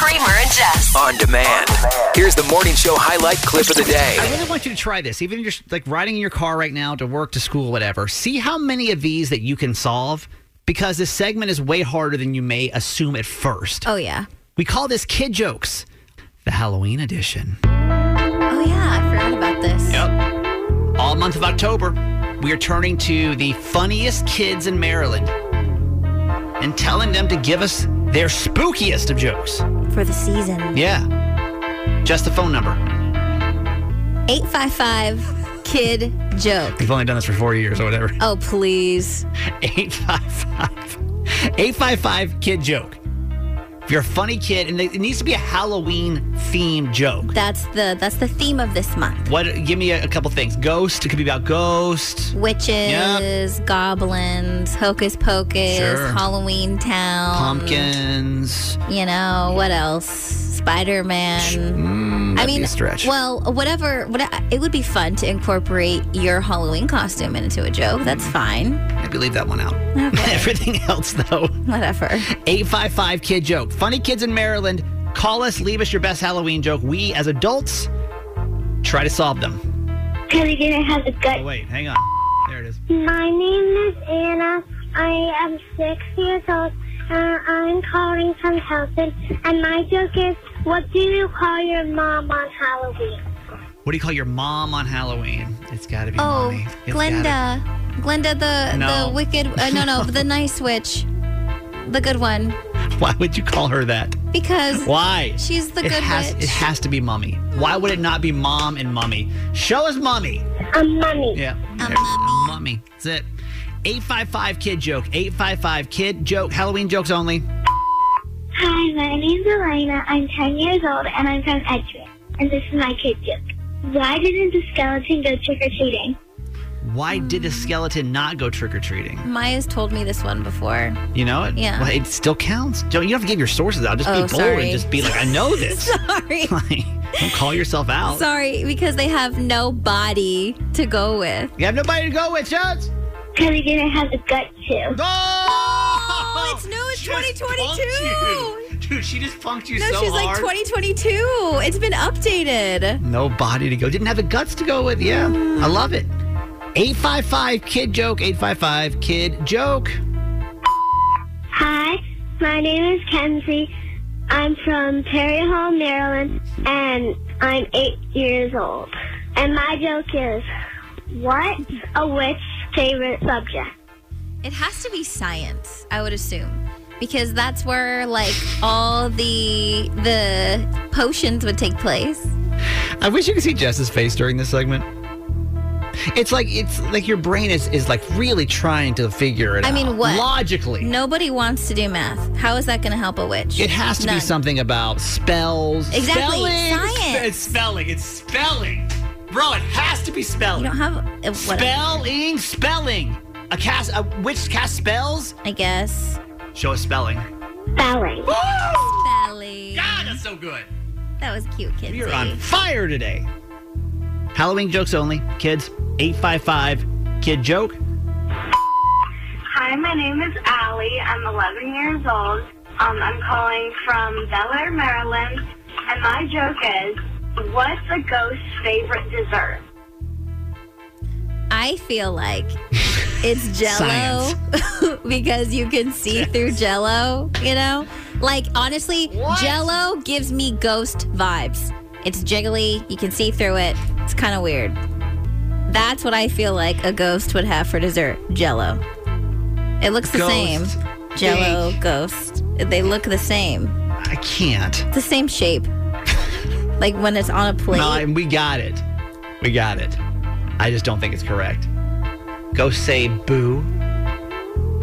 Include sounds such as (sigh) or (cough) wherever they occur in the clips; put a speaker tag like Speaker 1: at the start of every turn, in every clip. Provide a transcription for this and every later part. Speaker 1: Kramer and Jess.
Speaker 2: On demand. Here's the morning show highlight clip of the day.
Speaker 3: I really want you to try this, even just like riding in your car right now to work, to school, whatever. See how many of these that you can solve because this segment is way harder than you may assume at first.
Speaker 4: Oh yeah.
Speaker 3: We call this Kid Jokes, the Halloween edition.
Speaker 4: Oh yeah, I forgot about this.
Speaker 3: Yep. All month of October, we are turning to the funniest kids in Maryland and telling them to give us their spookiest of jokes.
Speaker 4: For the season.
Speaker 3: Yeah. Just the phone number.
Speaker 4: 855 kid joke.
Speaker 3: We've only done this for four years or whatever.
Speaker 4: Oh please.
Speaker 3: 855 855 kid joke. If you're a funny kid, and it needs to be a Halloween themed joke.
Speaker 4: That's the that's the theme of this month.
Speaker 3: What? Give me a, a couple things. Ghost. It could be about ghosts.
Speaker 4: Witches,
Speaker 3: Yep.
Speaker 4: goblins, hocus pocus,
Speaker 3: Sure.
Speaker 4: Halloween town.
Speaker 3: Pumpkins.
Speaker 4: You know, what else? Spider Man. I
Speaker 3: mm, be
Speaker 4: mean,
Speaker 3: a stretch.
Speaker 4: well, whatever, what it would be fun to incorporate your Halloween costume into a joke. That's fine.
Speaker 3: Maybe leave that one out. (laughs)
Speaker 4: Okay.
Speaker 3: Everything else, though.
Speaker 4: Whatever.
Speaker 3: 855 kid joke. Funny kids in Maryland, call us, leave us your best Halloween joke. We, as adults, try to solve them.
Speaker 5: Because again, it has a
Speaker 3: Oh,
Speaker 5: gut.
Speaker 3: wait, hang on. There it is.
Speaker 5: My name is Anna. I am six years old. and I'm calling from Helton, and my joke is, what do you call your mom on Halloween?
Speaker 3: What do you call your mom on Halloween? It's got to be
Speaker 4: Oh,
Speaker 3: mommy. It's gotta
Speaker 4: Glenda. Glenda, the
Speaker 3: No.
Speaker 4: the wicked. Uh, no, no,
Speaker 3: (laughs)
Speaker 4: the nice witch, the good one,
Speaker 3: be- (laughs) Why would you call her that?
Speaker 4: because
Speaker 3: Why?
Speaker 4: she's the
Speaker 3: it
Speaker 4: good
Speaker 3: has,
Speaker 4: witch.
Speaker 3: It has to be mummy. Why would it not be mom and mummy? Show us mummy.
Speaker 5: A mummy.
Speaker 3: Yeah. There's
Speaker 4: mummy.
Speaker 3: mummy. That's it. 855 kid joke. 855 kid joke. Halloween jokes only.
Speaker 5: Hi, my name's Elena. I'm 10 years old, and I'm from Edgewood. And this is my kid joke. Why didn't the skeleton go trick-or-treating?
Speaker 3: Why did the skeleton not go trick or treating?
Speaker 4: Maya's told me this one
Speaker 3: (laughs)
Speaker 4: before.
Speaker 3: You know it?
Speaker 4: Yeah.
Speaker 3: Well, it still counts. Don't you don't have to give your sources out. Just be
Speaker 4: Oh,
Speaker 3: bold and
Speaker 4: sorry.
Speaker 3: just be like, I know
Speaker 4: (laughs)
Speaker 3: this. (laughs)
Speaker 4: Sorry.
Speaker 3: like, don't call yourself out.
Speaker 4: Sorry, because they have no body to go with.
Speaker 3: You have nobody to go with, Chance.
Speaker 5: Because again, it has a gut, too.
Speaker 3: No!
Speaker 4: No, it's new, it's
Speaker 3: She just
Speaker 4: 2022.
Speaker 3: punked you. Dude, she just punked you
Speaker 4: No,
Speaker 3: so
Speaker 4: she's
Speaker 3: hard.
Speaker 4: like 2022. It's been updated.
Speaker 3: Nobody to go. Didn't have the guts to go with. Yeah. I love it. 855 kid joke. 855 kid joke.
Speaker 5: Hi, my name is Kenzie. I'm from Perry Hall, Maryland, and I'm eight years old. And my joke is, what's a witch's favorite subject?
Speaker 4: It has to be science, I would assume, because that's where like all the the potions would take place.
Speaker 3: I wish you could see Jess's face during this segment. It's like it's like your brain is is like really trying to figure it
Speaker 4: I
Speaker 3: out.
Speaker 4: mean, what?
Speaker 3: Logically.
Speaker 4: Nobody wants to do math. How is that going to help a witch?
Speaker 3: It has to
Speaker 4: None.
Speaker 3: be something about spells.
Speaker 4: Exactly,
Speaker 3: Spelling.
Speaker 4: science.
Speaker 3: It's spelling. It's spelling. Bro, it has to be spelling.
Speaker 4: You don't have uh, what
Speaker 3: spelling, spelling. A cast a witch cast spells?
Speaker 4: I guess.
Speaker 3: Show us spelling.
Speaker 5: Spelling.
Speaker 3: (laughs) God,
Speaker 4: Belly.
Speaker 3: that's so good.
Speaker 4: That was cute, kids.
Speaker 3: You're on fire today. Halloween jokes only, kids. 855 kid joke.
Speaker 5: Hi, my name is Allie. I'm 11 years old. Um, I'm calling from Bel Air, Maryland, and my joke is, what's a ghost's favorite dessert?
Speaker 4: I
Speaker 3: (laughs)
Speaker 4: feel like it's jello (laughs) because you can see through jello, you know? Like honestly, jello gives me ghost vibes. It's jiggly, you can see through it. It's kind of weird. That's what I feel like a ghost would have for dessert, jello. It looks the
Speaker 3: Ghost.
Speaker 4: same. Jello ghost. They look the same.
Speaker 3: I can't.
Speaker 4: It's the same shape.
Speaker 3: (laughs)
Speaker 4: like when it's on a plate.
Speaker 3: No, and we got it. We got it. I just don't think it's correct. Go say boo.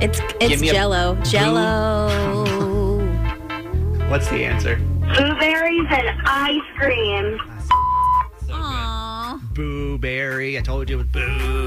Speaker 4: it's
Speaker 3: Give
Speaker 4: it's
Speaker 3: me a
Speaker 4: jello.
Speaker 3: boo. (laughs)
Speaker 4: Jello.
Speaker 3: What's the answer?
Speaker 5: Blueberries and ice cream.
Speaker 6: Aww.
Speaker 3: Boo Berry. I told you it was boo.